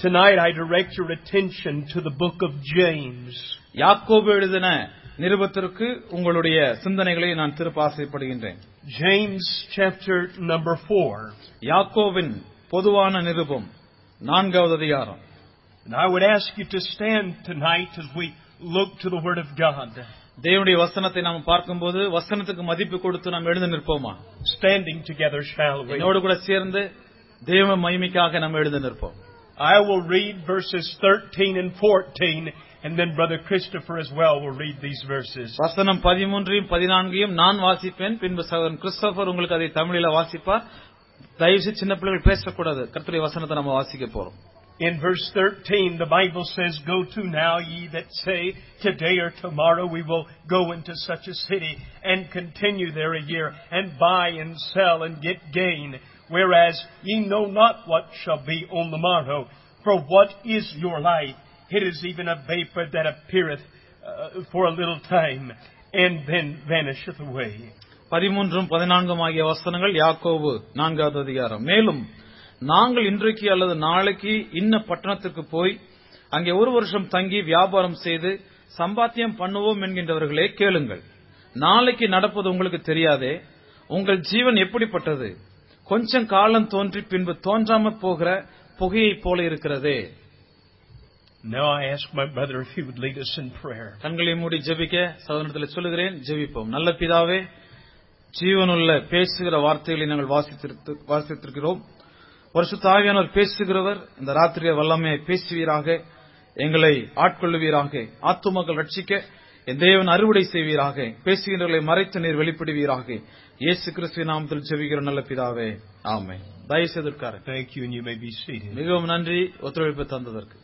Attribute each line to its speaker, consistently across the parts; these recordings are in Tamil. Speaker 1: Tonight I direct your attention to the book of James.
Speaker 2: யாக்கோபு எழுதின நிருபத்திற்கு உங்களுடைய சிந்தனைகளை நான் திருப்ப ஆசைப்படுகின்றேன்
Speaker 1: James chapter number 4.
Speaker 2: யாக்கோவின் பொதுவான நிருபம் நான்காவது அதிகாரம்
Speaker 1: And I would ask you to stand tonight as we look to the Word of God.
Speaker 2: தேவனுடைய வசனத்தை நாம் பார்க்கும்போது வசனத்துக்கு மதிப்பு கொடுத்து நாம் எழுந்து நிற்போமா
Speaker 1: Standing together, shall we?
Speaker 2: என்னோடு கூட சேர்ந்து தேவ மகிமைக்காக நாம் எழுந்து நிற்போம்
Speaker 1: I will read verses 13 and 14, and then Brother Christopher as well will read these verses.
Speaker 2: வசனம் பதிமூன்றையும் பதினான்கையும் நான் வாசிப்பேன் பின்பு சகோதரன் கிறிஸ்டோபர் உங்களுக்கு அதை தமிழில வாசிப்பார் தயவுசெய்து சின்ன பிள்ளைகள் பேசக்கூடாது கர்த்தருடைய வசனத்தை நம்ம வாசிக்க போறோம்
Speaker 1: In verse 13, the Bible says, Go to now, ye that say, Today or tomorrow we will go into such a city, and continue there a year, and buy and sell, and get gain. Whereas ye know not what shall be on the morrow. For what is your life? It is even a vapor that appeareth uh, for a little time, and then vanisheth away.
Speaker 2: பதிமூன்றும் பதினான்கும் ஆகிய வசனங்கள் யாக்கோபு நான்காவது அதிகாரம் மேலும் நாங்கள் இன்றைக்கு அல்லது நாளைக்கு இன்ன பட்டணத்திற்கு போய் அங்கே ஒரு வருஷம் தங்கி வியாபாரம் செய்து சம்பாத்தியம் பண்ணுவோம் என்கின்றவர்களே கேளுங்கள் நாளைக்கு நடப்பது உங்களுக்கு தெரியாதே உங்கள் ஜீவன் எப்படிப்பட்டது கொஞ்சம் காலம் தோன்றி பின்பு தோன்றாமற் போகிற புகையைப் போல இருக்கிறதே
Speaker 1: Now I ask my brother if he would lead us in prayer.
Speaker 2: கண்களை மூடி ஜெபிக்க சகோதரத்தில் சொல்லுகிறேன் ஜெபிப்போம் நல்ல பிதாவே ஜீவனுள்ள பேசுகிற வார்த்தைகளை நாங்கள் வாசித்திருத்து- வாசித்திருக்கிறோம் வருஷத்து ஆவியானவர் பேசுகிறவர் இந்த ராத்திரிய வல்லமையை பேசுவீராக எங்களை ஆட்கொள்ளுவீராக ஆத்துமக்கள் ரட்சிக்க என் தேவன் அறுவடை செய்வீராக பேசுகிறவர்களை மறைத்து நீர் வெளிப்படுவீராக இயேசு கிறிஸ்துவின் நாமத்தில் ஜெபிக்கிற நல்ல பிதாவே ஆமே தயவு செய்திருக்காரு
Speaker 1: Thank you, and you may be seated.
Speaker 2: மிகவும் நன்றி ஒத்துழைப்பு தந்ததற்கு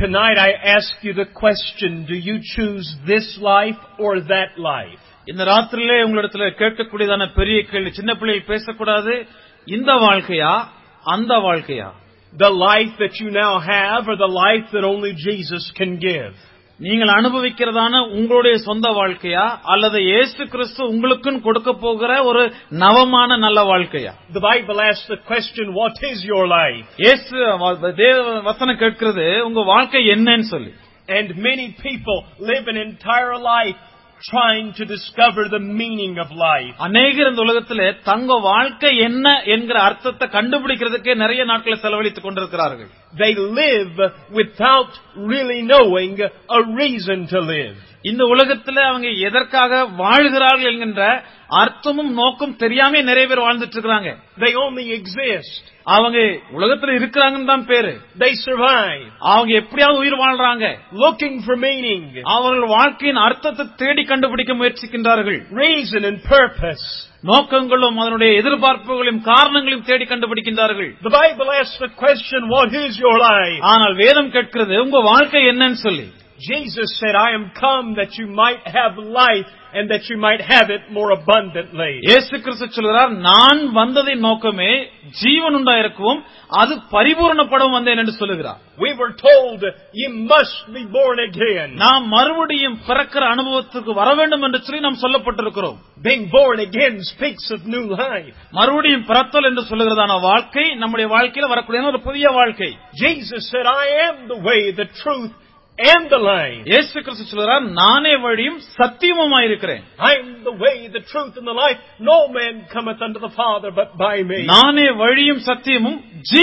Speaker 1: Tonight I ask you the question, do you choose this life or that life?
Speaker 2: இந்த ராத்திரிலே உங்களிடத்துல கேட்கக்கூடியதான பெரிய கேள்வி சின்ன பிள்ளைகள் பேசக்கூடாது இந்த வாழ்க்கையா அந்த வாழ்க்கையா
Speaker 1: The life that you now have or the life that only Jesus can give?
Speaker 2: நீங்கள் அனுபவிக்கிறதான உங்களுடைய சொந்த வாழ்க்கையா அல்லது இயேசு கிறிஸ்து உங்களுக்குன்னு கொடுக்க போகிற ஒரு நவமான நல்ல வாழ்க்கையா
Speaker 1: The Bible asks the question, what is your life?
Speaker 2: இயேசு வ- தேவ வசனம் கேட்கிறது உங்க வாழ்க்கை என்னன்னு சொல்லி
Speaker 1: And many people live an entire life trying to discover the meaning of life.
Speaker 2: அநேகர் இந்த உலகத்திலே தங்க வாழ்க்கை என்ன என்கிற அர்த்தத்தை கண்டுபிடிக்கிறதுக்கே நிறைய நாட்களை செலவழித்துக் கொண்டிருக்கிறார்கள்
Speaker 1: They live without really knowing a reason to live.
Speaker 2: இந்த உலகத்துல அவங்க எதற்காக வாழ்கிறார்கள் என்கின்ற அர்த்தமும் நோக்கம் தெரியாம நிறைய பேர் வாழ்ந்துட்டு இருக்கிறாங்க
Speaker 1: They only exist.
Speaker 2: அவங்க உலகத்துல இருக்கிறாங்கன்னு தான் பேரு
Speaker 1: They survive.
Speaker 2: அவங்க எப்படியாவது உயிர் வாழ்றாங்க
Speaker 1: Looking for meaning.
Speaker 2: அவர்கள் வாழ்க்கையின் அர்த்தத்தை தேடி கண்டுபிடிக்க முயற்சிக்கின்றார்கள்
Speaker 1: reason and purpose.
Speaker 2: நோக்கங்களும் அதனுடைய எதிர்பார்ப்புகளையும் காரணங்களையும் தேடி கண்டுபிடிக்கின்றார்கள்
Speaker 1: The Bible asks the question, what is your life?
Speaker 2: ஆனால் வேதம் கேட்கிறது உங்க வாழ்க்கை என்னன்னு சொல்லி
Speaker 1: Jesus said, I am come that you might have life and that you might have it more abundantly.
Speaker 2: இயேசு கிறிஸ்து சொல்கிறார் நான் வந்ததின் நோக்கமே ஜீவன் உண்டாயிருக்கவும் அது பரிபூரணப்படவும் வந்தேன் என்று சொல்லுகிறார்
Speaker 1: We were told, you must be born again.
Speaker 2: நாம் மறுபடியும் பிறக்கிற அனுபவத்துக்கு வர வேண்டும் என்று சொல்லி நாம் சொல்லப்பட்டிருக்கிறோம்
Speaker 1: Being born again speaks of new life.
Speaker 2: மறுபடியும் பிறத்தல் என்று சொல்லுகிறதான வாழ்க்கை நம்முடைய வாழ்க்கையில வரக்கூடிய ஒரு புதிய வாழ்க்கை
Speaker 1: Jesus said, I am the way, the truth, and the life.
Speaker 2: இயேசு கிறிஸ்து சொல்கிறார் நானே வழியும் சத்தியமுமாயிருக்கிறேன்
Speaker 1: I am the way, the truth, and the life. No man cometh unto the Father but by me.
Speaker 2: நானே வழியும் சத்தியமும்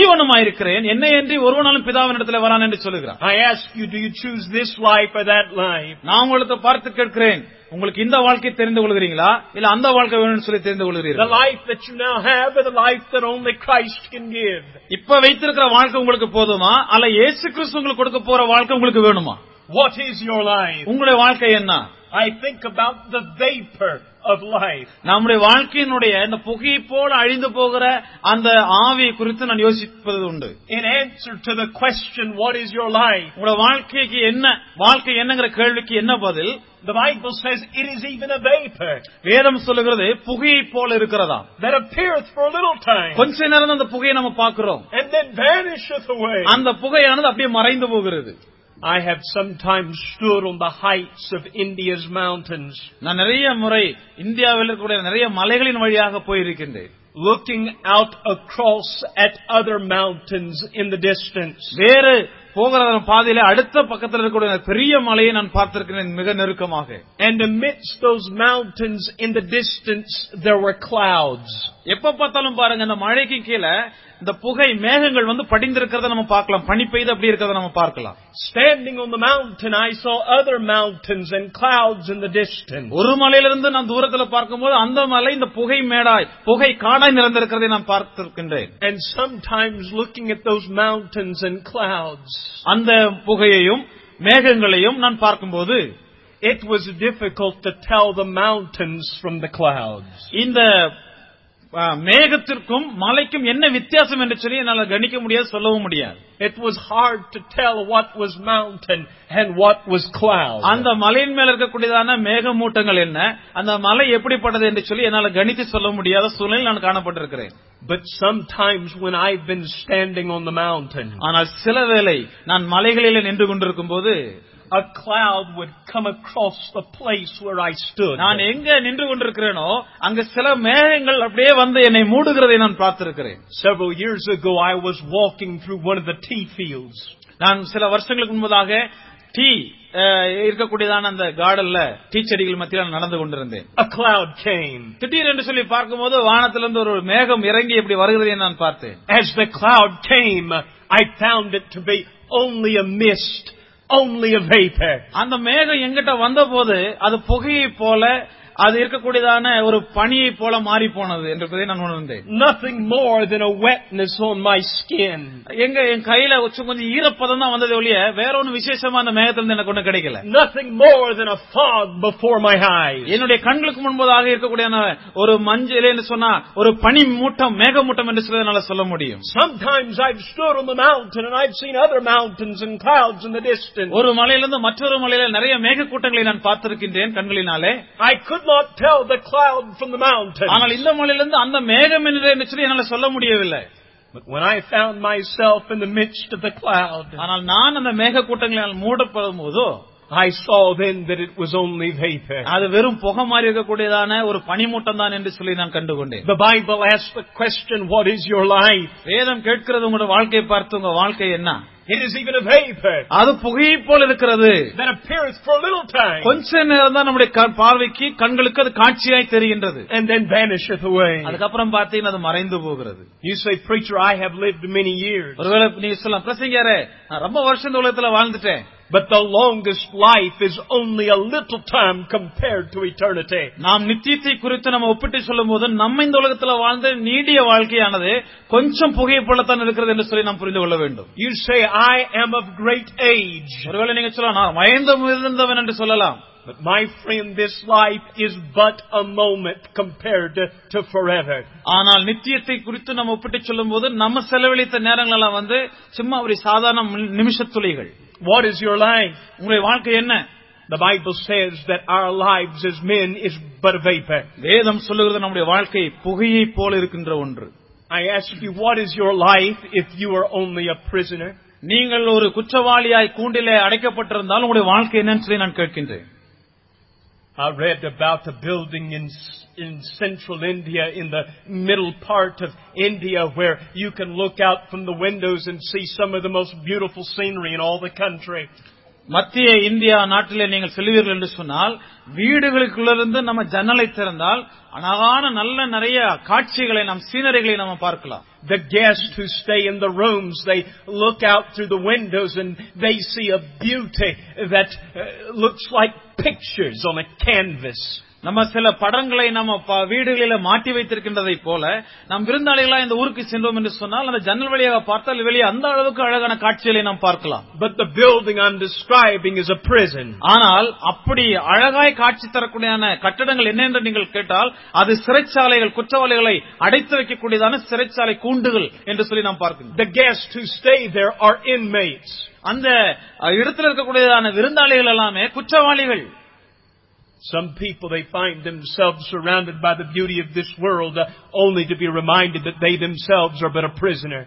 Speaker 2: ஜீவனுமாயிருக்கிறேன் என்னை என்று ஒருவனாலும் பிதாவினிடத்தில் வரான் என்று சொல்லுகிறார்
Speaker 1: I ask you, do you choose this life or that life?
Speaker 2: நான் உங்களுக்கு பார்த்து கேட்கிறேன் உங்களுக்கு இந்த வாழ்க்கை தெரிந்து கொள்கிறீங்களா இல்ல அந்த வாழ்க்கை வேணும்னு சொல்லி தெரிந்து
Speaker 1: The
Speaker 2: கொள்கிறீர்களா
Speaker 1: life that you now have is the life that only Christ can give.
Speaker 2: இப்ப வைத்திருக்கிற வாழ்க்கை உங்களுக்கு போதுமா அல்ல இயேசு கிறிஸ்து உங்களுக்கு கொடுக்க போற வாழ்க்கை உங்களுக்கு வேணுமா
Speaker 1: What is your life?
Speaker 2: உங்களுடைய வாழ்க்கை என்ன
Speaker 1: I think about the vapor of life.
Speaker 2: நம்முடைய வாழ்க்கையினுடைய இந்த புகையை போல அழிந்து போகிற அந்த ஆவியை குறித்து நான் யோசிப்பது உண்டு
Speaker 1: In answer to the question, what is your life?
Speaker 2: உங்களோட வாழ்க்கைக்கு என்ன வாழ்க்கை என்னங்கிற கேள்விக்கு என்ன பதில்
Speaker 1: The Bible says it is even a vapor
Speaker 2: வேதம் சொல்லுகிறது புகையை போல இருக்கிறதா
Speaker 1: that appeareth for a little time
Speaker 2: கொஞ்ச நேரம் தான் அந்த புகையை நம்ம பார்க்கிறோம்
Speaker 1: and then vanisheth away.
Speaker 2: அந்த புகையானது அப்படியே மறைந்து போகிறது
Speaker 1: I have sometimes stood on the heights of India's mountains
Speaker 2: நான் நிறைய முறை இந்தியாவில் இருக்கக்கூடிய நிறைய மலைகளின் வழியாக போயிருக்கின்றேன்
Speaker 1: looking out across at other mountains in the distance.
Speaker 2: வேறு போகிற பாதையில அடுத்த பக்கத்தில் இருக்கக்கூடிய அந்த பெரிய மலையை நான் பார்த்திருக்கிறேன் மிக நெருக்கமாக
Speaker 1: And amidst those mountains in the distance, there were clouds.
Speaker 2: எப்ப பார்த்தாலும் பாருங்க இந்த மழைக்கு கீழே இந்த புகை மேகங்கள் வந்து படிந்திருக்கிறத நம்ம பார்க்கலாம் பனி பெய்து அப்படி இருக்கிறத நம்ம பார்க்கலாம்
Speaker 1: Standing on the mountain, I saw other mountains and clouds in the distance.
Speaker 2: ஒரு மலையிலிருந்து நான் தூரத்துல பார்க்கும்போது அந்த மலை இந்த புகை மேடாய் புகை காடாய் நிறைந்திருக்கிறதை நான் பார்த்திருக்கின்றேன்
Speaker 1: And sometimes looking at those mountains and clouds,
Speaker 2: அந்த புகையையும் மேகங்களையும் நான் பார்க்கும்போது
Speaker 1: it was difficult to tell the mountains from the clouds.
Speaker 2: இந்த ஆ, மேகத்திற்கும் மலைக்கும் என்ன வித்தியாசம் என்று சொல்லி என்னால் கணிக்க முடியாது சொல்லவும் முடியாது
Speaker 1: It was hard to tell what was mountain and what was cloud.
Speaker 2: அந்த மலையின் மேல இருக்கக்கூடியதான மேகமூட்டங்கள் என்ன அந்த மலை எப்படிப்பட்டது என்று சொல்லி என்னால கணித்து சொல்ல முடியாத சூழ்நிலை நான் காணப்பட்டிருக்கிறேன்
Speaker 1: But sometimes when I've been standing on the mountain,
Speaker 2: ஆனால் சில வேளை நான் மலைகளிலே நின்று கொண்டிருக்கும் போது
Speaker 1: a cloud would come across the place where I stood.
Speaker 2: நான் எங்க நின்று கொண்டிருக்கிறேனோ அங்க சில மேகங்கள் அப்படியே வந்து என்னை மூடுகிறதை நான் பார்த்திருக்கிறேன்
Speaker 1: Several years ago, I was walking through one of the tea fields,
Speaker 2: நான் சில வருஷங்களுக்கு முன்பதாக டீ அஹ், இருக்கக்கூடியதான அந்த கார்டன்ல டீ செடிகள் மத்தியில் நான் நடந்து கொண்டிருந்தேன்
Speaker 1: a cloud came.
Speaker 2: திடீர் என்று சொல்லி பார்க்கும்போது வானத்திலிருந்து ஒரு மேகம் இறங்கி இப்படி வருகிறதை நான் பார்த்தேன்
Speaker 1: As the cloud came, I found it to be only a mist, only a vapor.
Speaker 2: அந்த மேகம் எங்கிட்ட வந்தபோது அது புகையை போல அது இருக்கக்கூடியதான ஒரு பனியை போல மாறி போனது என்பதை நான் உணர்ந்தேன்
Speaker 1: Nothing more than a wetness on my skin.
Speaker 2: எங்க என் கையில கொஞ்சம் கொஞ்சம் ஈரப்பதம் தான் வந்தது ஒழிய வேற ஒன்னும் விசேஷமா அந்த மேகத்திலிருந்து எனக்கு ஒன்னும் கிடைக்கல
Speaker 1: Nothing more than a fog before my eyes.
Speaker 2: என்னுடைய கண்களுக்கு முன்பதாக இருக்கக்கூடிய ஒரு மஞ்சள் என்று சொன்னா ஒரு பனி மூட்டம் மேக மூட்டம் என்று சொல்லி என்னால சொல்ல முடியும்
Speaker 1: Sometimes I've stood on the mountain and I've seen other mountains and clouds in the distance.
Speaker 2: ஒரு மலையிலிருந்து மற்றொரு மலையில நிறைய மேக கூட்டங்களை நான் பார்த்திருக்கின்றேன் கண்களினாலே
Speaker 1: I could not tell the cloud from the mountain.
Speaker 2: ஆனால் இந்த மலையிலிருந்து அந்த மேகம் என்று என்று சொல்லி என்னால சொல்ல முடியவில்லை
Speaker 1: But when I found myself in the midst of the cloud,
Speaker 2: ஆனால் நான் அந்த மேக கூட்டங்களால் மூடப்படும் போதோ
Speaker 1: I saw then that it was only vapor.
Speaker 2: அது வெறும் புகை மாதிரி இருக்கக்கூடியதான ஒரு பனிமூட்டம் தான் என்று சொல்லி நான் கண்டுகொண்டேன்
Speaker 1: The Bible asks the question, what is your life?
Speaker 2: வேதம் கேட்கிறது உங்களோட வாழ்க்கையை பார்த்து உங்க வாழ்க்கை என்ன
Speaker 1: It is even a vapor
Speaker 2: அது புகையை போல இருக்கிறது
Speaker 1: that appeareth for a little time
Speaker 2: கொஞ்ச நேரம் தான் நம்முடைய கண் பார்வைக்கு கண்களுக்கு அது காட்சியாய் தெரிகின்றது
Speaker 1: and then vanisheth away.
Speaker 2: அதுக்கப்புறம் பார்த்தீங்கன்னா அது மறைந்து போகிறது
Speaker 1: You say, preacher, I have lived many years,
Speaker 2: ஒருவேளை நீங்க சொல்லலாம் பிரசங்காரே நான் ரொம்ப வருஷம் இந்த உலகத்துல வாழ்ந்துட்டேன்
Speaker 1: but the longest life is only a little time compared to eternity.
Speaker 2: நாம் நித்தியத்தை குறித்து நம்ம ஒப்பிட்டு சொல்லும் போது நம்ம இந்த உலகத்துல வாழ்ந்த நீடிய வாழ்க்கையானது கொஞ்சம் புகையை போலத்தான் இருக்கிறது என்று சொல்லி நாம் புரிந்து கொள்ள வேண்டும்
Speaker 1: You say, I am of great age.
Speaker 2: ஒருவேளை நீங்க சொல்லலாம் நான் வயந்த முதிர்ந்தவன் என்று சொல்லலாம்
Speaker 1: But my friend, this life is but a moment compared to, to forever.
Speaker 2: ஆனால் நித்தியத்தை குறித்து நம்ம ஒப்பிட்டு சொல்லும்போது நம்ம செலவழித்த நேரங்கள் எல்லாம் வந்து சும்மா ஒரு சாதாரண மி- நிமிஷத் துளிகள்
Speaker 1: What is your life?
Speaker 2: உங்களுடைய வாழ்க்கை என்ன
Speaker 1: The Bible says that our lives as men is but a vapor.
Speaker 2: வேதம் சொல்லுகிறது நம்முடைய வாழ்க்கை புகையை போல இருக்கின்ற ஒன்று
Speaker 1: I ask you, what is your life if you are only a prisoner?
Speaker 2: நீங்கள் ஒரு குற்றவாளியாய் கூண்டிலே அடைக்கப்பட்டிருந்தால் உங்களுடைய வாழ்க்கை என்னன்னு சொல்லி நான் கேட்கின்றேன்
Speaker 1: I read about a building in, in central India, in the middle part of India, where you can look out from the windows and see some of the most beautiful scenery in all the country.
Speaker 2: மத்திய இந்தியா நாட்டிலே நீங்கள் செல்வீர்கள் என்று சொன்னால் வீடுகளுக்குள்ளிருந்து நம்ம ஜன்னலை திறந்தால் அழகான நல்ல நிறைய காட்சிகளை நாம் சீனரிகளை நம்ம பார்க்கலாம்
Speaker 1: The guests who stay in the rooms, they look out through the windows and they see a beauty that uh, looks like pictures on a canvas.
Speaker 2: நம்ம சில படங்களை நம்ம ப- வீடுகளில மாட்டி வைத்திருக்கின்றதை போல நாம் விருந்தாளிகளா இந்த ஊருக்கு சென்றோம் என்று சொன்னால் அந்த ஜன்னல் வழியாக பார்த்தால் வெளியே அந்த அளவுக்கு அழகான காட்சிகளை நாம் பார்க்கலாம்
Speaker 1: But the building I'm describing is a prison.
Speaker 2: ஆனால் அப்படி அழகாய் காட்சி தரக்கூடியான கட்டடங்கள் என்ன என்று நீங்கள் கேட்டால் அது சிறைச்சாலைகள் குற்றவாளிகளை அடைத்து வைக்கக்கூடியதான சிறைச்சாலை கூண்டுகள் என்று சொல்லி நாம் பார்க்கிறோம்
Speaker 1: The guests who stay there are inmates.
Speaker 2: அந்த அ, இடத்துல இருக்கக்கூடியதான விருந்தாளிகள் எல்லாமே குற்றவாளிகள்
Speaker 1: Some people, they find themselves surrounded by the beauty of this world uh, only to be reminded that they themselves are but a prisoner.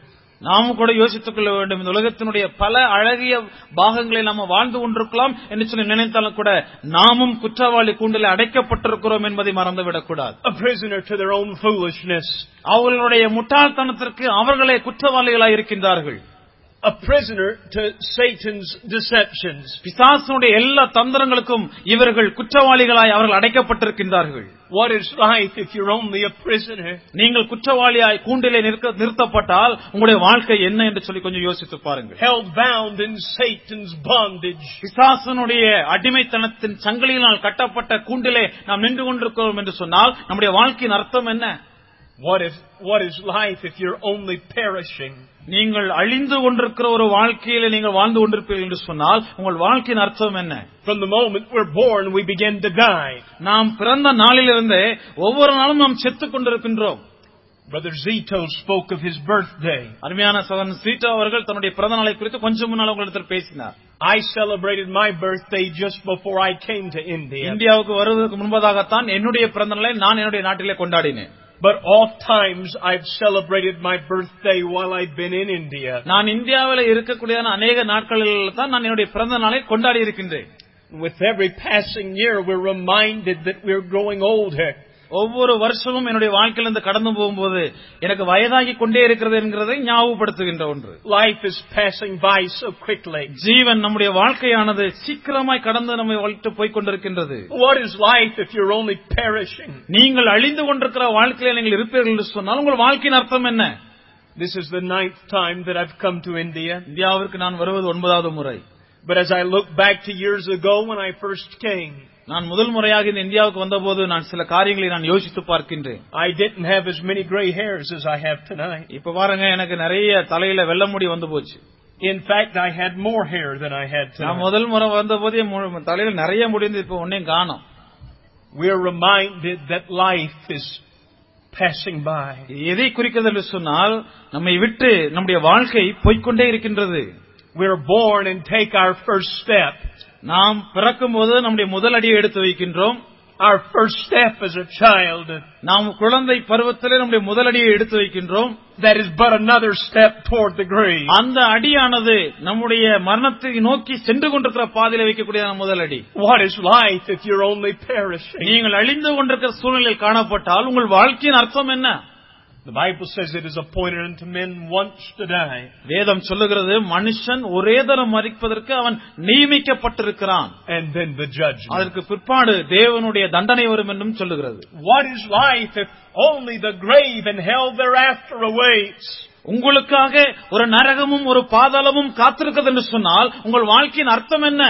Speaker 2: நாமும் கூட யோசித்துக் கொள்ள வேண்டும் இந்த உலகத்தினுடைய பல அழகிய பாகங்களை நாம வாழ்ந்து கொண்டிருக்கலாம் என்று சொல்லி நினைத்தாலும் கூட நாமும் குற்றவாளி கூண்டில் அடைக்கப்பட்டிருக்கிறோம் என்பதை மறந்துவிடக்கூடாது
Speaker 1: a prisoner to their own foolishness,
Speaker 2: அவர்களுடைய முட்டாள்தனத்திற்கு அவர்களே குற்றவாளிகளாய் இருக்கின்றார்கள்
Speaker 1: a prisoner to Satan's deceptions.
Speaker 2: பிசாசுடைய எல்லா தந்திரங்களுக்கும் இவர்கள் குற்றவாளிகளாய் அவர்கள் அடைக்கப்பட்டிருக்கின்றார்கள்
Speaker 1: What is life if you're only a prisoner?
Speaker 2: நீங்கள் குற்றவாளியாய் கூண்டிலே நிற்க- நிறுத்தப்பட்டால் உங்களுடைய வாழ்க்கை என்ன என்று சொல்லி கொஞ்சம் யோசித்து பாருங்கள்
Speaker 1: Held bound in Satan's bondage.
Speaker 2: பிசாசனுடைய அடிமைத்தனத்தின் சங்கிலியினால் கட்டப்பட்ட கூண்டிலே நாம் நின்று கொண்டிருக்கிறோம் என்று சொன்னால் நம்முடைய வாழ்க்கையின் அர்த்தம் என்ன
Speaker 1: What if, what is life if you're only perishing?
Speaker 2: நீங்கள் அழிந்து கொண்டிருக்கிற ஒரு வாழ்க்கையிலே நீங்கள் வாழ்ந்து கொண்டிருப்பீர்கள் என்று சொன்னால் உங்கள் வாழ்க்கையின் அர்த்தம் என்ன
Speaker 1: From the moment we're born, we begin to die.
Speaker 2: நாம் பிறந்த நாளிலிருந்தே ஒவ்வொரு நாளும் நாம் செத்துக் கொண்டிருக்கின்றோம்
Speaker 1: Brother Zito spoke of his birthday.
Speaker 2: அருமையான சகன் சீட்டா அவர்கள் தன்னுடைய பிறந்த நாளை குறித்து கொஞ்சம் முன்னால் உங்களிடத்தில் பேசினார்
Speaker 1: I celebrated my birthday just before I came to India.
Speaker 2: இந்தியாவுக்கு வருவதற்கு முன்பதாகத்தான் என்னுடைய பிறந்த நாளை நான் என்னுடைய நாட்டிலே கொண்டாடினேன்
Speaker 1: But oft times I've celebrated my birthday while I've been in India.
Speaker 2: நான் இந்தியாவில இருக்கக்கூடிய அநேக நாட்களில் தான் நான் என்னுடைய பிறந்த நாளை கொண்டாடி இருக்கின்றேன்
Speaker 1: With every passing year, we're reminded that we're growing older.
Speaker 2: ஒவ்வொரு வருஷமும் என்னுடைய வாழ்க்கையிலிருந்து கடந்து போகும்போது எனக்கு வயதாகி கொண்டே இருக்கிறது என்கிறதை ஞாபகப்படுத்துகின்ற ஒன்று
Speaker 1: Life is passing by so quickly.
Speaker 2: ஜீவன் நம்முடைய வாழ்க்கையானது சீக்கிரமாய் கடந்து நம்மை வளர்த்து போய் கொண்டிருக்கின்றது
Speaker 1: What is life if you're only perishing?
Speaker 2: நீங்கள் அழிந்து கொண்டிருக்கிற வாழ்க்கையில நீங்கள் இருப்பீர்கள் என்று சொன்னால் உங்கள் வாழ்க்கையின் அர்த்தம் என்ன
Speaker 1: This is the ninth time that I've come to India.
Speaker 2: இந்தியாவிற்கு நான் வருவது ஒன்பதாவது முறை
Speaker 1: But as I look back to years ago when I first came,
Speaker 2: நான் முதல் முறையாக இந்த இந்தியாவுக்கு வந்தபோது நான் சில காரியங்களை நான் யோசித்து பார்க்கின்றேன்
Speaker 1: I didn't have as many gray hairs as I have tonight.
Speaker 2: இப்ப பாருங்க எனக்கு நிறைய தலையில வெள்ள முடி வந்து போச்சு
Speaker 1: In fact, I had more hair than I had
Speaker 2: நான்
Speaker 1: tonight.
Speaker 2: முதல் முறை வந்த போதே தலையில நிறைய முடிந்து இப்ப ஒன்னையும் காணும்
Speaker 1: We're reminded that life is passing by.
Speaker 2: எதை குறிக்கிறது என்று சொன்னால் நம்மை விட்டு நம்முடைய வாழ்க்கை போய்க்கொண்டே இருக்கின்றது
Speaker 1: We're born and take our first step.
Speaker 2: நாம் பிறக்கும் போது நம்முடைய முதல் அடியை எடுத்து வைக்கின்றோம்
Speaker 1: Our first step as a child,
Speaker 2: நாம் குழந்தை பருவத்திலே நம்முடைய முதல் அடியை எடுத்து வைக்கின்றோம்
Speaker 1: that is but another step toward the grave.
Speaker 2: அந்த அடியானது நம்முடைய மரணத்தை நோக்கி சென்று கொண்டிருக்கிற பாதையில வைக்கக்கூடிய முதல் அடி
Speaker 1: What is life if you're only perishing?
Speaker 2: நீங்கள் அழிந்து கொண்டிருக்கிற சூழ்நிலையில் காணப்பட்டால் உங்கள் வாழ்க்கையின் அர்த்தம் என்ன
Speaker 1: The Bible says it is appointed unto men once to die,
Speaker 2: வேதம் சொல்லுகிறது மனுஷன் ஒரே தரம் மறிப்பதற்கு அவன் நியமிக்கப்பட்டிருக்கிறான்
Speaker 1: and then the judgment.
Speaker 2: அதற்கு பிற்பாடு தேவனுடைய தண்டனை வரும் என்றும் சொல்லுகிறது
Speaker 1: What is life if only the grave and hell thereafter awaits?
Speaker 2: உங்களுக்காக ஒரு நரகமும் ஒரு பாதாளமும் காத்திருக்கிறது என்று சொன்னால் உங்கள் வாழ்க்கையின் அர்த்தம் என்ன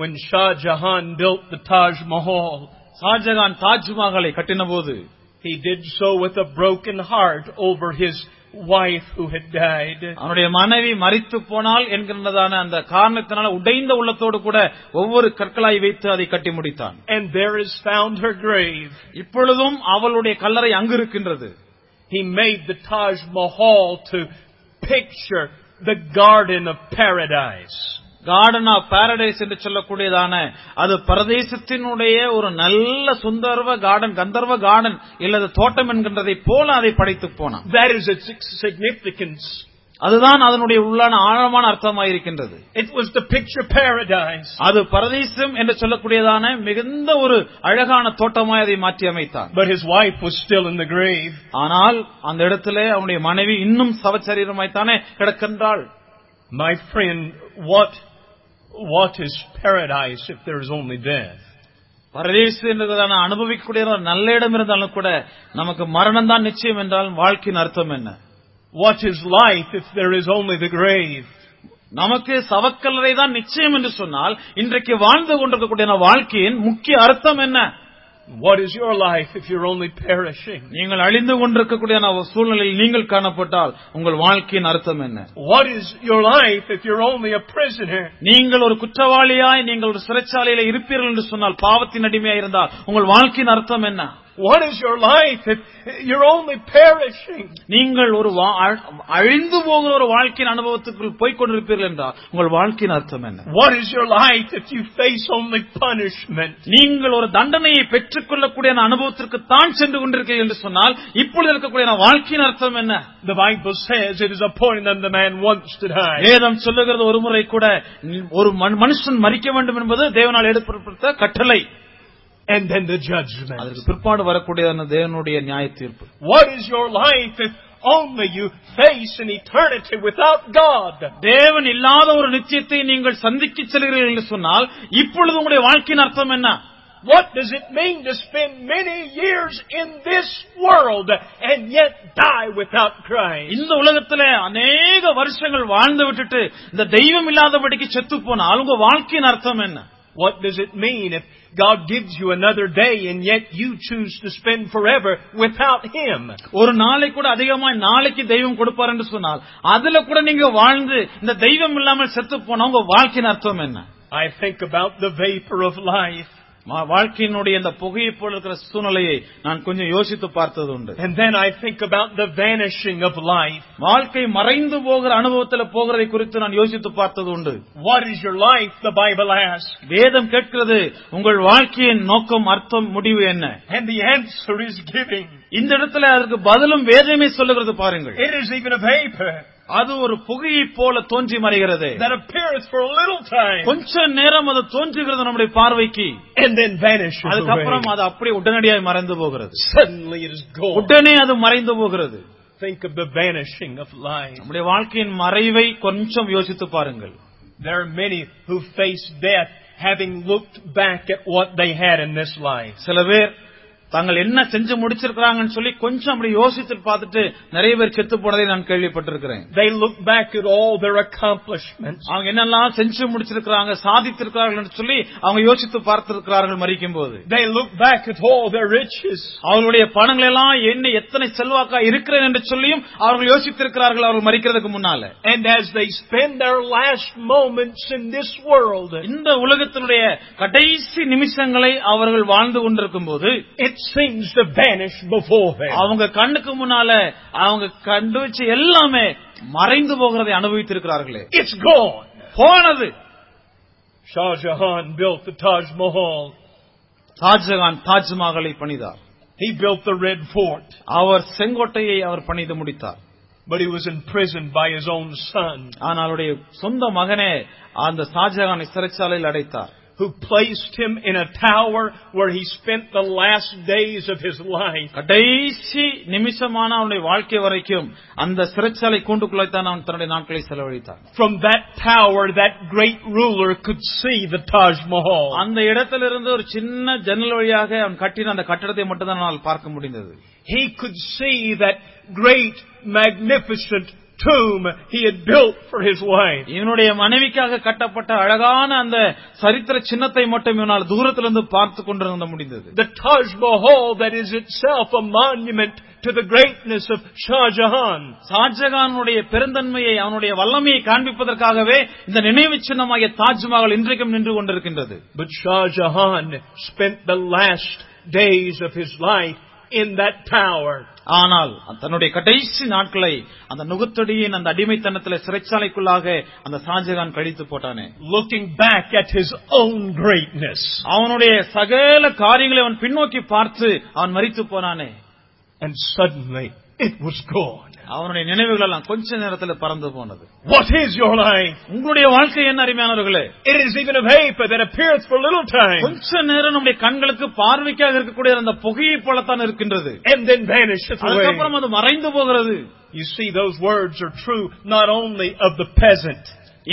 Speaker 1: When Shah Jahan built the Taj Mahal,
Speaker 2: Shahjahan தாஜ்மஹாலை கட்டின போது
Speaker 1: he did so with a broken heart over his wife who had died.
Speaker 2: அவனுடைய மனைவி மறித்து போனால் என்கின்றதான அந்த காரணத்தினால் உடைந்த உள்ளத்தோடு கூட ஒவ்வொரு கற்களாய் வைத்து அதை கட்டி முடித்தான்
Speaker 1: And there is found her grave.
Speaker 2: இப்பொழுதும் அவளுடைய கல்லறை அங்கு இருக்கின்றது
Speaker 1: He made the Taj Mahal to picture the Garden of Paradise.
Speaker 2: Garden of paradise என்று சொல்லக்கூடியதான அது பரதேசத்தினுடைய ஒரு நல்ல சுந்தர்வ கார்டன் கந்தர்வ கார்டன் இல்லது தோட்டம் என்கின்றதை போல அதை படைத்து போனான்
Speaker 1: That is its significance.
Speaker 2: அதுதான் அதனுடைய உள்ளான ஆழமான அர்த்தமாயிருக்கின்றது
Speaker 1: It was to picture paradise.
Speaker 2: அது பரதேசம் என்று சொல்லக்கூடியதான மிகுந்த ஒரு அழகான தோட்டமாய் அதை மாற்றி அமைத்தான்
Speaker 1: But his wife was still in the grave.
Speaker 2: ஆனால் அந்த இடத்திலே அவனுடைய மனைவி இன்னும் சவச்சரீரமாய்த்தானே கிடக்கின்றாள்
Speaker 1: My friend, what, what is paradise if there is only death?
Speaker 2: பரதேசம் என்றதான அனுபவிக்கக்கூடிய ஒரு நல்ல இடம் இருந்தாலும் கூட நமக்கு மரணம் தான் நிச்சயம் என்றால் வாழ்க்கையின் அர்த்தம் என்ன
Speaker 1: What is life if there is only the grave?
Speaker 2: நமக்கு சவக்கல்லறை தான் நிச்சயம் என்று சொன்னால் இன்றைக்கு வாழ்ந்து கொண்டிருக்கக்கூடிய வாழ்க்கையின் முக்கிய அர்த்தம் என்ன
Speaker 1: What is your life if you're only perishing?
Speaker 2: நீங்கள் அழிந்து கொண்டிருக்கக்கூடிய ஒரு சூழ்நிலையில் நீங்கள் காணப்பட்டால் உங்கள் வாழ்க்கையின் அர்த்தம் என்ன
Speaker 1: What is your life if you're only a prisoner?
Speaker 2: நீங்கள் ஒரு குற்றவாளியாய் நீங்கள் ஒரு சிறைச்சாலையில இருப்பீர்கள் என்று சொன்னால் பாவத்தின் அடிமையா இருந்தால் உங்கள் வாழ்க்கையின் அர்த்தம் என்ன
Speaker 1: What is your life if you're only perishing?
Speaker 2: நீங்கள் ஒரு வா- அழ்- அழிந்து போகிற ஒரு வாழ்க்கையின் அனுபவத்துக்குள் போய்க் கொண்டிருப்பீர்கள் என்றால் உங்கள் வாழ்க்கையின் அர்த்தம் என்ன
Speaker 1: What is your life if you face only punishment?
Speaker 2: நீங்கள் ஒரு தண்டனையை பெற்றுக்கொள்ளக்கூடிய அனுபவத்திற்கு தான் சென்று கொண்டிருக்கிறீர்கள் என்று சொன்னால் இப்பொழுது இருக்கக்கூடிய வாழ்க்கையின் அர்த்தம் என்ன
Speaker 1: The Bible says it is appointed unto man once to die.
Speaker 2: வேதம் சொல்லுகிறது ஒரு முறை கூட ஒரு மனு- மனுஷன் மறிக்க வேண்டும் என்பது தேவனால் ஏற்படுத்த கட்டளை
Speaker 1: And then the judgment.
Speaker 2: அதற்கு பிற்பாடு வரக்கூடியதான தேவனுடைய நியாய தீர்ப்பு
Speaker 1: What is your life if only you face an eternity without God?
Speaker 2: தேவன் இல்லாத ஒரு நிச்சயத்தை நீங்கள் சந்திக்க செல்கிறீர்கள் என்று சொன்னால் இப்பொழுது உங்களுடைய வாழ்க்கையின் அர்த்தம் என்ன
Speaker 1: What does it mean to spend many years in this world and yet die without Christ?
Speaker 2: இந்த உலகத்துல அநேக வருஷங்கள் வாழ்ந்து விட்டுட்டு இந்த தெய்வம் இல்லாதபடிக்கு செத்து போனால் உங்க வாழ்க்கையின் அர்த்தம் என்ன
Speaker 1: What does it mean if God gives you another day and yet you choose to spend forever without Him?
Speaker 2: ஒரு நாளை கூட அதிகமா நாளைக்கு தெய்வம் கொடுப்பார் என்று சொன்னால் அதுல கூட நீங்க வாழ்ந்து இந்த தெய்வம் இல்லாமல் செத்து போனா உங்க வாழ்க்கையின் அர்த்தம் என்ன
Speaker 1: I think about the vapor of life
Speaker 2: வா- வாழ்க்கையினுடைய இந்த புகையை போல இருக்கிற சூழ்நிலையை நான் கொஞ்சம் யோசித்து பார்த்தது உண்டு
Speaker 1: and then I think about the vanishing of life.
Speaker 2: வாழ்க்கை மறைந்து போகிற அனுபவத்துல போகிறதை குறித்து நான் யோசித்து பார்த்தது உண்டு
Speaker 1: What is your life, the Bible asks.
Speaker 2: வேதம் கேட்கிறது உங்கள் வாழ்க்கையின் நோக்கம் அர்த்தம் முடிவு என்ன
Speaker 1: And the answer is giving.
Speaker 2: இந்த இடத்துல அதற்கு பதிலும் வேதமே சொல்லுகிறது பாருங்கள்
Speaker 1: It is even a vapor
Speaker 2: அது ஒரு புகையை போல தோன்றி மறைகிறது
Speaker 1: that appeareth for a little time
Speaker 2: கொஞ்ச நேரம் அது தோன்றுகிறது நம்முடைய பார்வைக்கு
Speaker 1: and then vanishes
Speaker 2: அதுக்கப்புறம்
Speaker 1: away.
Speaker 2: அது அப்படியே உடனடியாக மறைந்து போகிறது
Speaker 1: Suddenly it is gone.
Speaker 2: உடனே அது மறைந்து போகிறது
Speaker 1: Think of the vanishing of life.
Speaker 2: நம்முடைய வாழ்க்கையின் மறைவை கொஞ்சம் யோசித்து பாருங்கள்
Speaker 1: There are many who face death having looked back at what they had in this life.
Speaker 2: சில பேர் தாங்கள் என்ன செஞ்சு முடிச்சிருக்கிறாங்கன்னு சொல்லி கொஞ்சம் அப்படி யோசித்து பார்த்துட்டு நிறைய பேர் செத்து போனதை நான் கேள்விப்பட்டிருக்கிறேன்
Speaker 1: They look back at all their accomplishments.
Speaker 2: அவங்க என்னெல்லாம் செஞ்சு முடிச்சிருக்கிறாங்க சாதித்திருக்கிறார்கள் என்று சொல்லி அவங்க யோசித்து பார்த்திருக்கிறார்கள் மறிக்கும் போது
Speaker 1: They look back at all their riches.
Speaker 2: அவர்களுடைய பணங்கள் எல்லாம் என்ன எத்தனை செல்வாக்கா இருக்கிறேன் என்று சொல்லியும் அவர்கள் யோசித்திருக்கிறார்கள் அவர்கள் மறிக்கிறதுக்கு முன்னால
Speaker 1: And as they spend their last moments in this world,
Speaker 2: இந்த உலகத்தினுடைய கடைசி நிமிஷங்களை அவர்கள் வாழ்ந்து கொண்டிருக்கும் போது
Speaker 1: it seems to vanish before them.
Speaker 2: அவங்க கண்ணுக்கு முன்னால அவங்க கண்டு வச்ச எல்லாமே மறைந்து போகிறதை அனுபவித்திருக்கிறார்களே
Speaker 1: It's gone.
Speaker 2: போனது
Speaker 1: Shah Jahan built the Taj Mahal.
Speaker 2: Shahjahan தாஜ்மஹாலை பணிதார்
Speaker 1: He built the Red Fort,
Speaker 2: அவர் செங்கோட்டையை அவர் பணிந்து முடித்தார்
Speaker 1: but he was imprisoned by his own son,
Speaker 2: ஆனால் அவருடைய சொந்த மகனே அந்த ஷாஜகானை சிறைச்சாலையில் அடைத்தார்
Speaker 1: who placed him in a tower where he spent the last days of his life.
Speaker 2: கடைசி நிமிஷமான அவனுடைய வாழ்க்கை வரைக்கும் அந்த சிறைச்சாலை கூண்டுக்குள்ளைத்தான் அவன் தன்னுடைய நாட்களை செலவழித்தான்
Speaker 1: From that tower, that great ruler could see the Taj Mahal.
Speaker 2: அந்த இடத்திலிருந்து ஒரு சின்ன ஜன்னல் வழியாக அவன் கட்டின அந்த கட்டடத்தை மட்டும்தான் அவனால் பார்க்க முடிந்தது
Speaker 1: He could see that great, magnificent tomb he had built for his wife.
Speaker 2: இவனுடைய மனைவிக்காக கட்டப்பட்ட அழகான அந்த சரித்திர சின்னத்தை மட்டும் இவனால் தூரத்திலிருந்து பார்த்து கொண்டிருந்த முடிந்தது
Speaker 1: The Taj Mahal that is itself a monument to the greatness of Shah Jahan.
Speaker 2: ஷாஜகானுடைய பெருந்தன்மையை அவனுடைய வல்லமையை காண்பிப்பதற்காகவே இந்த நினைவு சின்னமாகிய தாஜ்மஹால் இன்றைக்கும் நின்று கொண்டிருக்கின்றது
Speaker 1: But Shah Jahan spent the last days of his life in that tower.
Speaker 2: ஆனால் தன்னுடைய கடைசி நாட்களை அந்த நுகத்தடியின் அந்த அடிமைத்தனத்தில் சிறைச்சாலைக்குள்ளாக அந்த ஷாஜகான் கழித்து போட்டானே
Speaker 1: looking back at his own greatness
Speaker 2: அவனுடைய சகல காரியங்களை அவன் பின்னோக்கி பார்த்து அவன் மறித்து போனானே
Speaker 1: and suddenly it was gone.
Speaker 2: அவனுடைய நினைவுகள் எல்லாம் கொஞ்ச நேரத்தில் பறந்து போனது
Speaker 1: What is your life?
Speaker 2: உங்களுடைய வாழ்க்கை என்ன அருமையானவர்களே
Speaker 1: It is even a vapor that appeareth for a little time
Speaker 2: கொஞ்ச நேரம் நம்முடைய கண்களுக்கு பார்வைக்காக இருக்கக்கூடிய அந்த புகையை போலத்தான் இருக்கின்றது
Speaker 1: and then vanisheth away.
Speaker 2: அதுக்கப்புறம் அது மறைந்து போகிறது
Speaker 1: You see, those words are true not only of the peasant,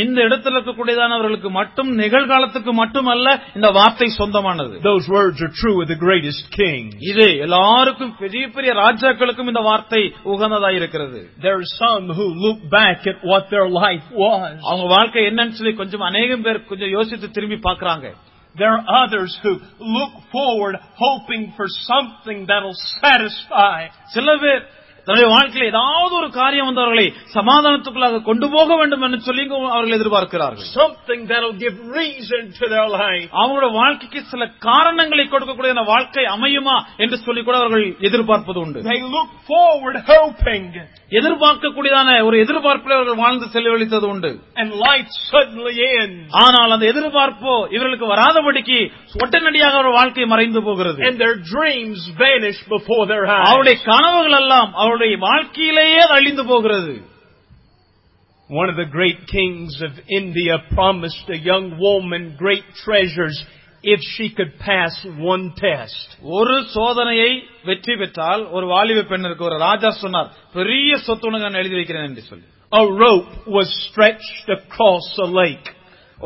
Speaker 2: இந்த இடத்தில் இருக்கக்கூடியதானவர்களுக்கு மட்டும் நிகழ்காலத்துக்கு மட்டுமல்ல இந்த வார்த்தை சொந்தமானது
Speaker 1: those words are true of the greatest king.
Speaker 2: இது எல்லாருக்கும் பெரிய பெரிய ராஜாக்களுக்கும் இந்த வார்த்தை உகந்ததா இருக்கிறது
Speaker 1: There are some who look back at what their life was.
Speaker 2: அவங்க வாழ்க்கை என்னன்னு சொல்லி கொஞ்சம் அநேகம் பேர் கொஞ்சம் யோசித்து திரும்பி பார்க்கறாங்க
Speaker 1: There are others who look forward hoping for something that'll satisfy.
Speaker 2: சில பேர் தன்னுடைய வாழ்க்கையில் ஏதாவது ஒரு காரியம் வந்து அவர்களை சமாதானத்துக்குள்ளாக கொண்டு போக வேண்டும் என்று சொல்லி அவர்கள் எதிர்பார்க்கிறார்கள்
Speaker 1: Something that'll give reason to their life.
Speaker 2: அவங்களோட வாழ்க்கைக்கு சில காரணங்களை கொடுக்கக்கூடிய அந்த வாழ்க்கை அமையுமா என்று சொல்லி கூட அவர்கள் எதிர்பார்ப்பது உண்டு
Speaker 1: They look forward hoping
Speaker 2: எதிர்பார்க்கக்கூடியதான ஒரு எதிர்பார்ப்பில் அவர்கள் வாழ்ந்து செலவழித்தது உண்டு
Speaker 1: and life suddenly ends
Speaker 2: ஆனால் அந்த எதிர்பார்ப்போ இவர்களுக்கு வராதபடிக்கு ஒட்டனடியாக ஒரு வாழ்க்கை மறைந்து போகிறது
Speaker 1: and their dreams vanish before their eyes.
Speaker 2: அவருடைய கனவுகள் எல்லாம் அவருடைய வாழ்க்கையிலேயே அது அழிந்து போகிறது
Speaker 1: One of the great kings of India promised a young woman great treasures if she could pass one test.
Speaker 2: ஒரு சோதனையை வெற்றி பெற்றால் ஒரு வாலிப பெண்ணிற்கு ஒரு ராஜா சொன்னார் பெரிய சொத்து உனக்கு நான் எழுதி வைக்கிறேன் என்று சொல்லி
Speaker 1: A rope was stretched across a lake.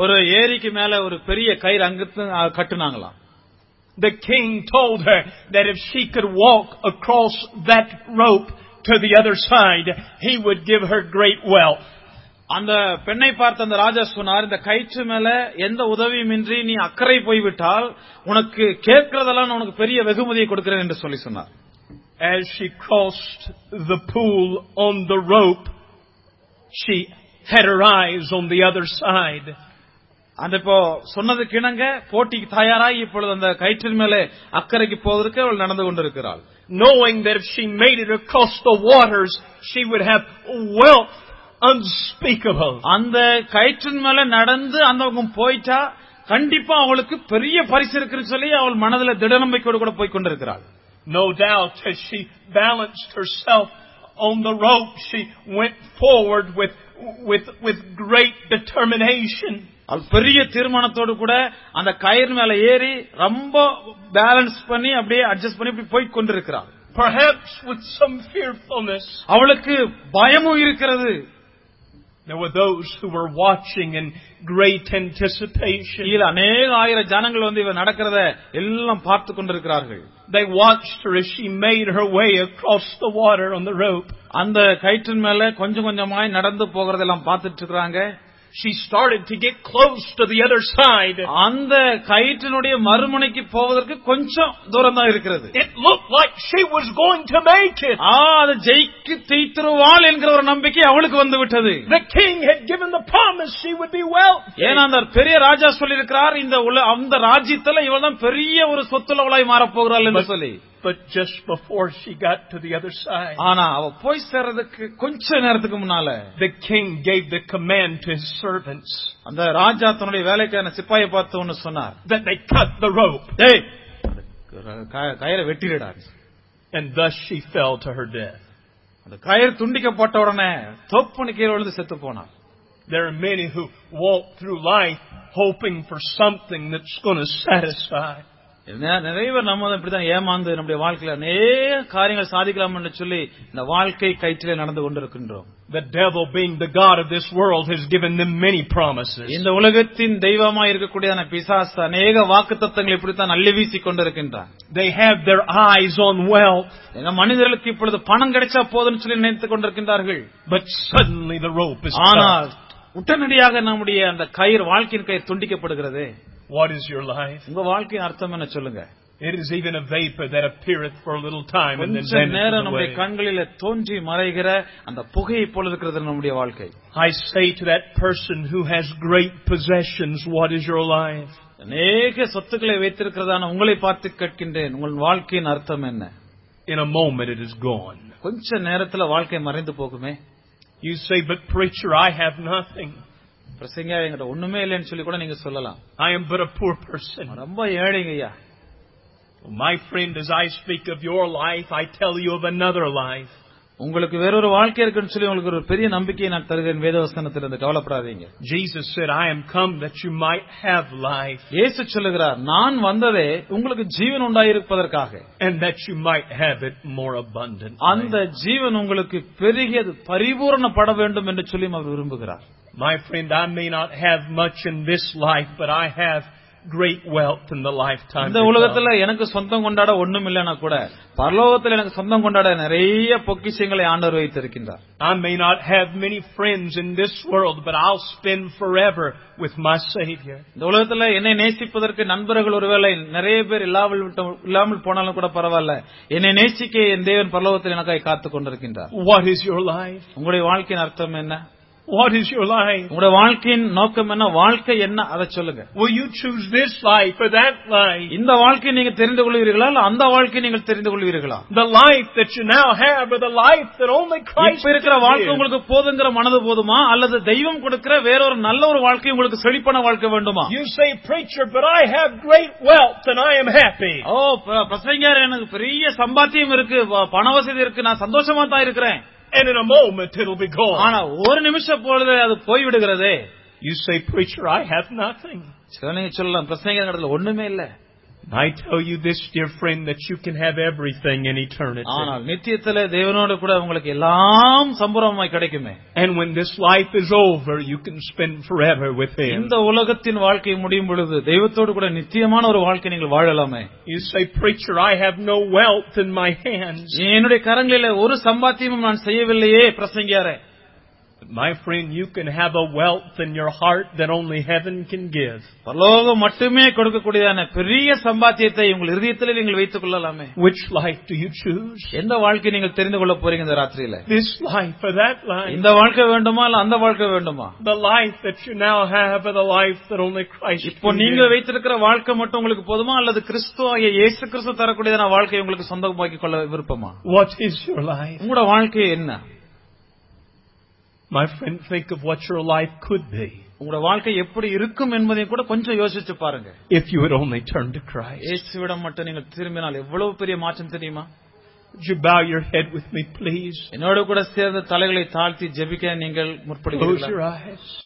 Speaker 2: ஒரு ஏரிக்கு மேல ஒரு பெரிய கயிறு அங்கிருந்து அஹ், கட்டுனாங்களாம்
Speaker 1: The king told her that if she could walk across that rope to the other side, he would give her great wealth.
Speaker 2: அந்த பெண்ணை பார்த்த அந்த ராஜா சொன்னார் இந்த கயிற்று மேல எந்த உதவியுமின்றி நீ அக்கறை போய்விட்டால் உனக்கு கேட்கறதெல்லாம் நான் உனக்கு பெரிய வெகுமதியை கொடுக்கிறேன் என்று சொல்லி சொன்னார்
Speaker 1: As she crossed the pool on the rope, she had her eyes on the other side.
Speaker 2: அந்த இப்போ சொன்னதுக்கு இணங்க போட்டிக்கு தயாராகி இப்பொழுது அந்த கயிற்றின் மேலே அக்கறைக்கு போவதற்கு அவள் நடந்து கொண்டிருக்கிறாள்
Speaker 1: Knowing that if she made it across the waters, she would have wealth unspeakable.
Speaker 2: அந்த கயிற்றின் மேல நடந்து அந்த பக்கம் போயிட்டா கண்டிப்பா அவளுக்கு பெரிய பரிசு இருக்குன்னு சொல்லி அவள் மனதில் திட நம்பிக்கையோடு கூட போய் கொண்டிருக்கிறாள்
Speaker 1: No doubt, as she balanced herself on the rope, she went forward with, with, with great determination.
Speaker 2: அவள் பெரிய தீர்மானத்தோடு கூட அந்த கயிறு மேல ஏறி ரொம்ப பேலன்ஸ் பண்ணி அப்படியே அட்ஜஸ்ட் பண்ணி இப்படி போய் கொண்டிருக்கிறாள்
Speaker 1: Perhaps with some fearfulness.
Speaker 2: அவளுக்கு பயமும் இருக்கிறது
Speaker 1: There were those who were watching in great anticipation.
Speaker 2: கீழே அநேக ஆயிரம் ஜனங்கள் வந்து இவ நடக்கிறத எல்லாம் பார்த்து கொண்டிருக்கிறார்கள்
Speaker 1: They watched her as she made her way across the water on the rope.
Speaker 2: அந்த கயிற்றின் மேல கொஞ்சம் கொஞ்சமாய் நடந்து போகிறதெல்லாம் பார்த்துட்டு இருக்கிறாங்க
Speaker 1: She started to get close to the other side.
Speaker 2: அந்த கயிற்றினுடைய மறுமுனைக்கு போவதற்கு கொஞ்சம் தூரம் தான் இருக்கிறது
Speaker 1: It looked like she was going to make it.
Speaker 2: ஆ அது ஜெயிக்கு தேய்த்திருவாள் என்கிற ஒரு நம்பிக்கை அவளுக்கு வந்து விட்டது
Speaker 1: The king had given the promise she would be wealthy.
Speaker 2: ஏன்னா அந்த பெரிய ராஜா சொல்லியிருக்கிறார் இந்த உல- அந்த ராஜ்யத்துல இவள் தான் பெரிய ஒரு சொத்துள்ளவளாய் மாறப்போகிறாள் என்று சொல்லி
Speaker 1: But just before she got to the other side,
Speaker 2: ஆனா அவ போய் சேர்றதுக்கு கொஞ்ச நேரத்துக்கு முன்னால
Speaker 1: the king gave the command to his servants
Speaker 2: அந்த ராஜா தன்னுடைய வேலைக்கான சிப்பாயை பார்த்து ஒன்னு சொன்னார்
Speaker 1: that they cut the rope,
Speaker 2: டேய் க- கயிறை வெட்டிடுடா
Speaker 1: and thus she fell to her death.
Speaker 2: அந்த கயிறு துண்டிக்கப்பட்ட உடனே தோப்பனு கீழே விழுந்து செத்து போனார்
Speaker 1: There are many who walk through life hoping for something that's going to satisfy.
Speaker 2: என்ன, நிறைய பேர் நம்ம தான் இப்படிதான் ஏமாந்து நம்முடைய வாழ்க்கையில அநேக காரியங்கள் சாதிக்கலாம் என்று சொல்லி இந்த வாழ்க்கை கயிற்றிலே நடந்து கொண்டிருக்கின்றோம்
Speaker 1: The devil, being the God of this world, has given them many promises.
Speaker 2: இந்த உலகத்தின் தெய்வமாய் இருக்கக்கூடியதான பிசாசு அநேக வாக்கு தத்தங்கள் இப்படித்தான் அள்ளி வீசி கொண்டிருக்கின்றான்
Speaker 1: They have their eyes on wealth,
Speaker 2: ஏன்னா மனிதர்களுக்கு இப்பொழுது பணம் கிடைச்சா போதும்னு சொல்லி நினைத்துக் கொண்டிருக்கின்றார்கள்
Speaker 1: but suddenly the rope is cut.
Speaker 2: ஆனால் உடனடியாக நம்முடைய அந்த கயிறு வாழ்க்கையின் கயிறு துண்டிக்கப்படுகிறது
Speaker 1: What is your life?
Speaker 2: உங்க வாழ்க்கையின் அர்த்தம் என்ன சொல்லுங்க
Speaker 1: It is even a vapor that appeareth for a little time and then
Speaker 2: கொஞ்ச நேரம்
Speaker 1: vanishes
Speaker 2: நம்முடைய
Speaker 1: away.
Speaker 2: கண்களில தோன்றி மறைகிற அந்த புகையை போல இருக்கிறது நம்முடைய வாழ்க்கை
Speaker 1: I say to that person who has great possessions, what is your life?
Speaker 2: அநேக சொத்துக்களை வைத்திருக்கிறதான உங்களை பார்த்து கேட்கின்றேன் உங்கள் வாழ்க்கையின் அர்த்தம் என்ன
Speaker 1: In a moment it is gone.
Speaker 2: கொஞ்ச நேரத்துல வாழ்க்கை மறைந்து போகுமே
Speaker 1: You say, but preacher, I have nothing.
Speaker 2: பிரசங்க என்கிட்ட ஒண்ணுமே இல்லைன்னு சொல்லி கூட நீங்க சொல்லலாம்
Speaker 1: I am but a poor person.
Speaker 2: நான் ரொம்ப ஏழைங்க ஐயா
Speaker 1: My friend, as I speak of your life, I tell you of another life.
Speaker 2: உங்களுக்கு வேறொரு வாழ்க்கை இருக்குன்னு சொல்லி உங்களுக்கு ஒரு பெரிய நம்பிக்கையை நான் தருகிறேன் வேதவசனத்தில் இருந்து கவலைப்படாதீங்க
Speaker 1: Jesus said, I am come that you might have life
Speaker 2: இயேசு சொல்லுகிறார் நான் வந்ததே உங்களுக்கு ஜீவன் உண்டாயிருப்பதற்காக
Speaker 1: and that you might have it more abundantly.
Speaker 2: அந்த ஜீவன் உங்களுக்கு பெருகியது பரிபூரணப்பட வேண்டும் என்று சொல்லி அவர் விரும்புகிறார்
Speaker 1: My friend, I may not have much in this life, but I have great wealth in the lifetime.
Speaker 2: இந்த
Speaker 1: to come.
Speaker 2: உலகத்துல எனக்கு சொந்தம் கொண்டாட ஒண்ணும் இல்லைன்னா கூட பரலோகத்துல எனக்கு சொந்தம் கொண்டாட நிறைய பொக்கிஷங்களை ஆண்டவர் வைத்திருக்கின்றார்
Speaker 1: I may not have many friends in this world, but I'll spend forever with my Savior.
Speaker 2: இந்த உலகத்துல என்னை நேசிப்பதற்கு நண்பர்கள் ஒருவேளை நிறைய பேர் இல்லாமல் விட்டு- இல்லாமல் போனாலும் கூட பரவாயில்ல என்னை நேசிக்க என் தேவன் பரலோகத்தில் எனக்காக காத்துக் கொண்டிருக்கின்றார்
Speaker 1: What is your life?
Speaker 2: உங்களுடைய வாழ்க்கையின் அர்த்தம் என்ன
Speaker 1: What is your life?
Speaker 2: உங்களுடைய வாழ்க்கையின் நோக்கம் என்ன வாழ்க்கை என்ன அதை சொல்லுங்க
Speaker 1: Will you choose this life or that life?
Speaker 2: இந்த வாழ்க்கையை நீங்க தெரிந்து கொள்வீர்களா இல்ல அந்த வாழ்க்கையை நீங்கள் தெரிந்து கொள்வீர்களா
Speaker 1: The life that you now have or the life that only Christ
Speaker 2: இப்ப இருக்கிற
Speaker 1: can
Speaker 2: வாழ்க்கை
Speaker 1: give?
Speaker 2: உங்களுக்கு போதுங்கிற மனது போதுமா அல்லது தெய்வம் கொடுக்கிற வேறொரு நல்ல ஒரு வாழ்க்கை உங்களுக்கு செழிப்பான வாழ்க்கை வேண்டுமா
Speaker 1: You say, preacher, but I have great wealth and I am happy.
Speaker 2: ஓ பிர- பிரசங்கர் எனக்கு பெரிய சம்பாத்தியம் இருக்கு ப- பண வசதி இருக்கு நான் சந்தோஷமா தான் இருக்கிறேன்
Speaker 1: And in a moment it'll be gone.
Speaker 2: ஆனா ஒரு நிமிஷம் பொழுது அது போய்விடுகிறதே
Speaker 1: You say, preacher, I have nothing.
Speaker 2: சில நீங்க சொல்லலாம் பிரசங்கர் இடத்துல ஒண்ணுமே இல்ல
Speaker 1: And I tell you this, dear friend, that you can have everything in eternity.
Speaker 2: ஆனால் நித்தியத்துல தேவனோடு கூட உங்களுக்கு எல்லாம் சம்பூர்ணமாய் கிடைக்குமே
Speaker 1: And when this life is over, you can spend forever with Him.
Speaker 2: இந்த உலகத்தின் வாழ்க்கை முடியும் பொழுது தெய்வத்தோடு கூட நித்தியமான ஒரு வாழ்க்கை நீங்கள் வாழலாமே
Speaker 1: You say, preacher, I have no wealth in my hands.
Speaker 2: என்னுடைய கரங்களில ஒரு சம்பாத்தியமும் நான் செய்யவில்லையே பிரசங்கியாரே
Speaker 1: But my friend, you can have a wealth in your heart that only heaven can give,
Speaker 2: பரலோகம் மட்டுமே கொடுக்கக்கூடியதான பெரிய சம்பாத்தியத்தை உங்கள் இருதயத்தில் நீங்கள் வைத்துக் கொள்ளலாமே
Speaker 1: which life do you choose?
Speaker 2: எந்த வாழ்க்கை நீங்கள் தெரிந்து கொள்ள போறீங்க இந்த ராத்திரியில
Speaker 1: This life or that life?
Speaker 2: இந்த வாழ்க்கை வேண்டுமா இல்ல அந்த வாழ்க்கை வேண்டுமா
Speaker 1: The life that you now have or the life that only Christ
Speaker 2: இப்போ
Speaker 1: can
Speaker 2: நீங்க
Speaker 1: give?
Speaker 2: வைத்திருக்கிற வாழ்க்கை மட்டும் உங்களுக்கு போதுமா அல்லது கிறிஸ்துவ இயேசு கிறிஸ்து தரக்கூடியதான வாழ்க்கை உங்களுக்கு சொந்தமாக்கி கொள்ள விருப்பமா
Speaker 1: What is your life?
Speaker 2: உங்களோட வாழ்க்கை என்ன
Speaker 1: My friend, think of what your life could be
Speaker 2: உங்களோட வாழ்க்கை எப்படி இருக்கும் என்பதையும் கூட கொஞ்சம் யோசிச்சு பாருங்க
Speaker 1: if you would only turn to Christ.
Speaker 2: இயேசுவிடம் மட்டும் நீங்கள் திரும்பினால் எவ்வளவு பெரிய மாற்றம் தெரியுமா
Speaker 1: Would you bow your head with me, please?
Speaker 2: என்னோடு கூட சேர்ந்து தலைகளை தாழ்த்தி ஜெபிக்க நீங்கள்
Speaker 1: Close
Speaker 2: முற்படுகிறீர்கள்
Speaker 1: your eyes.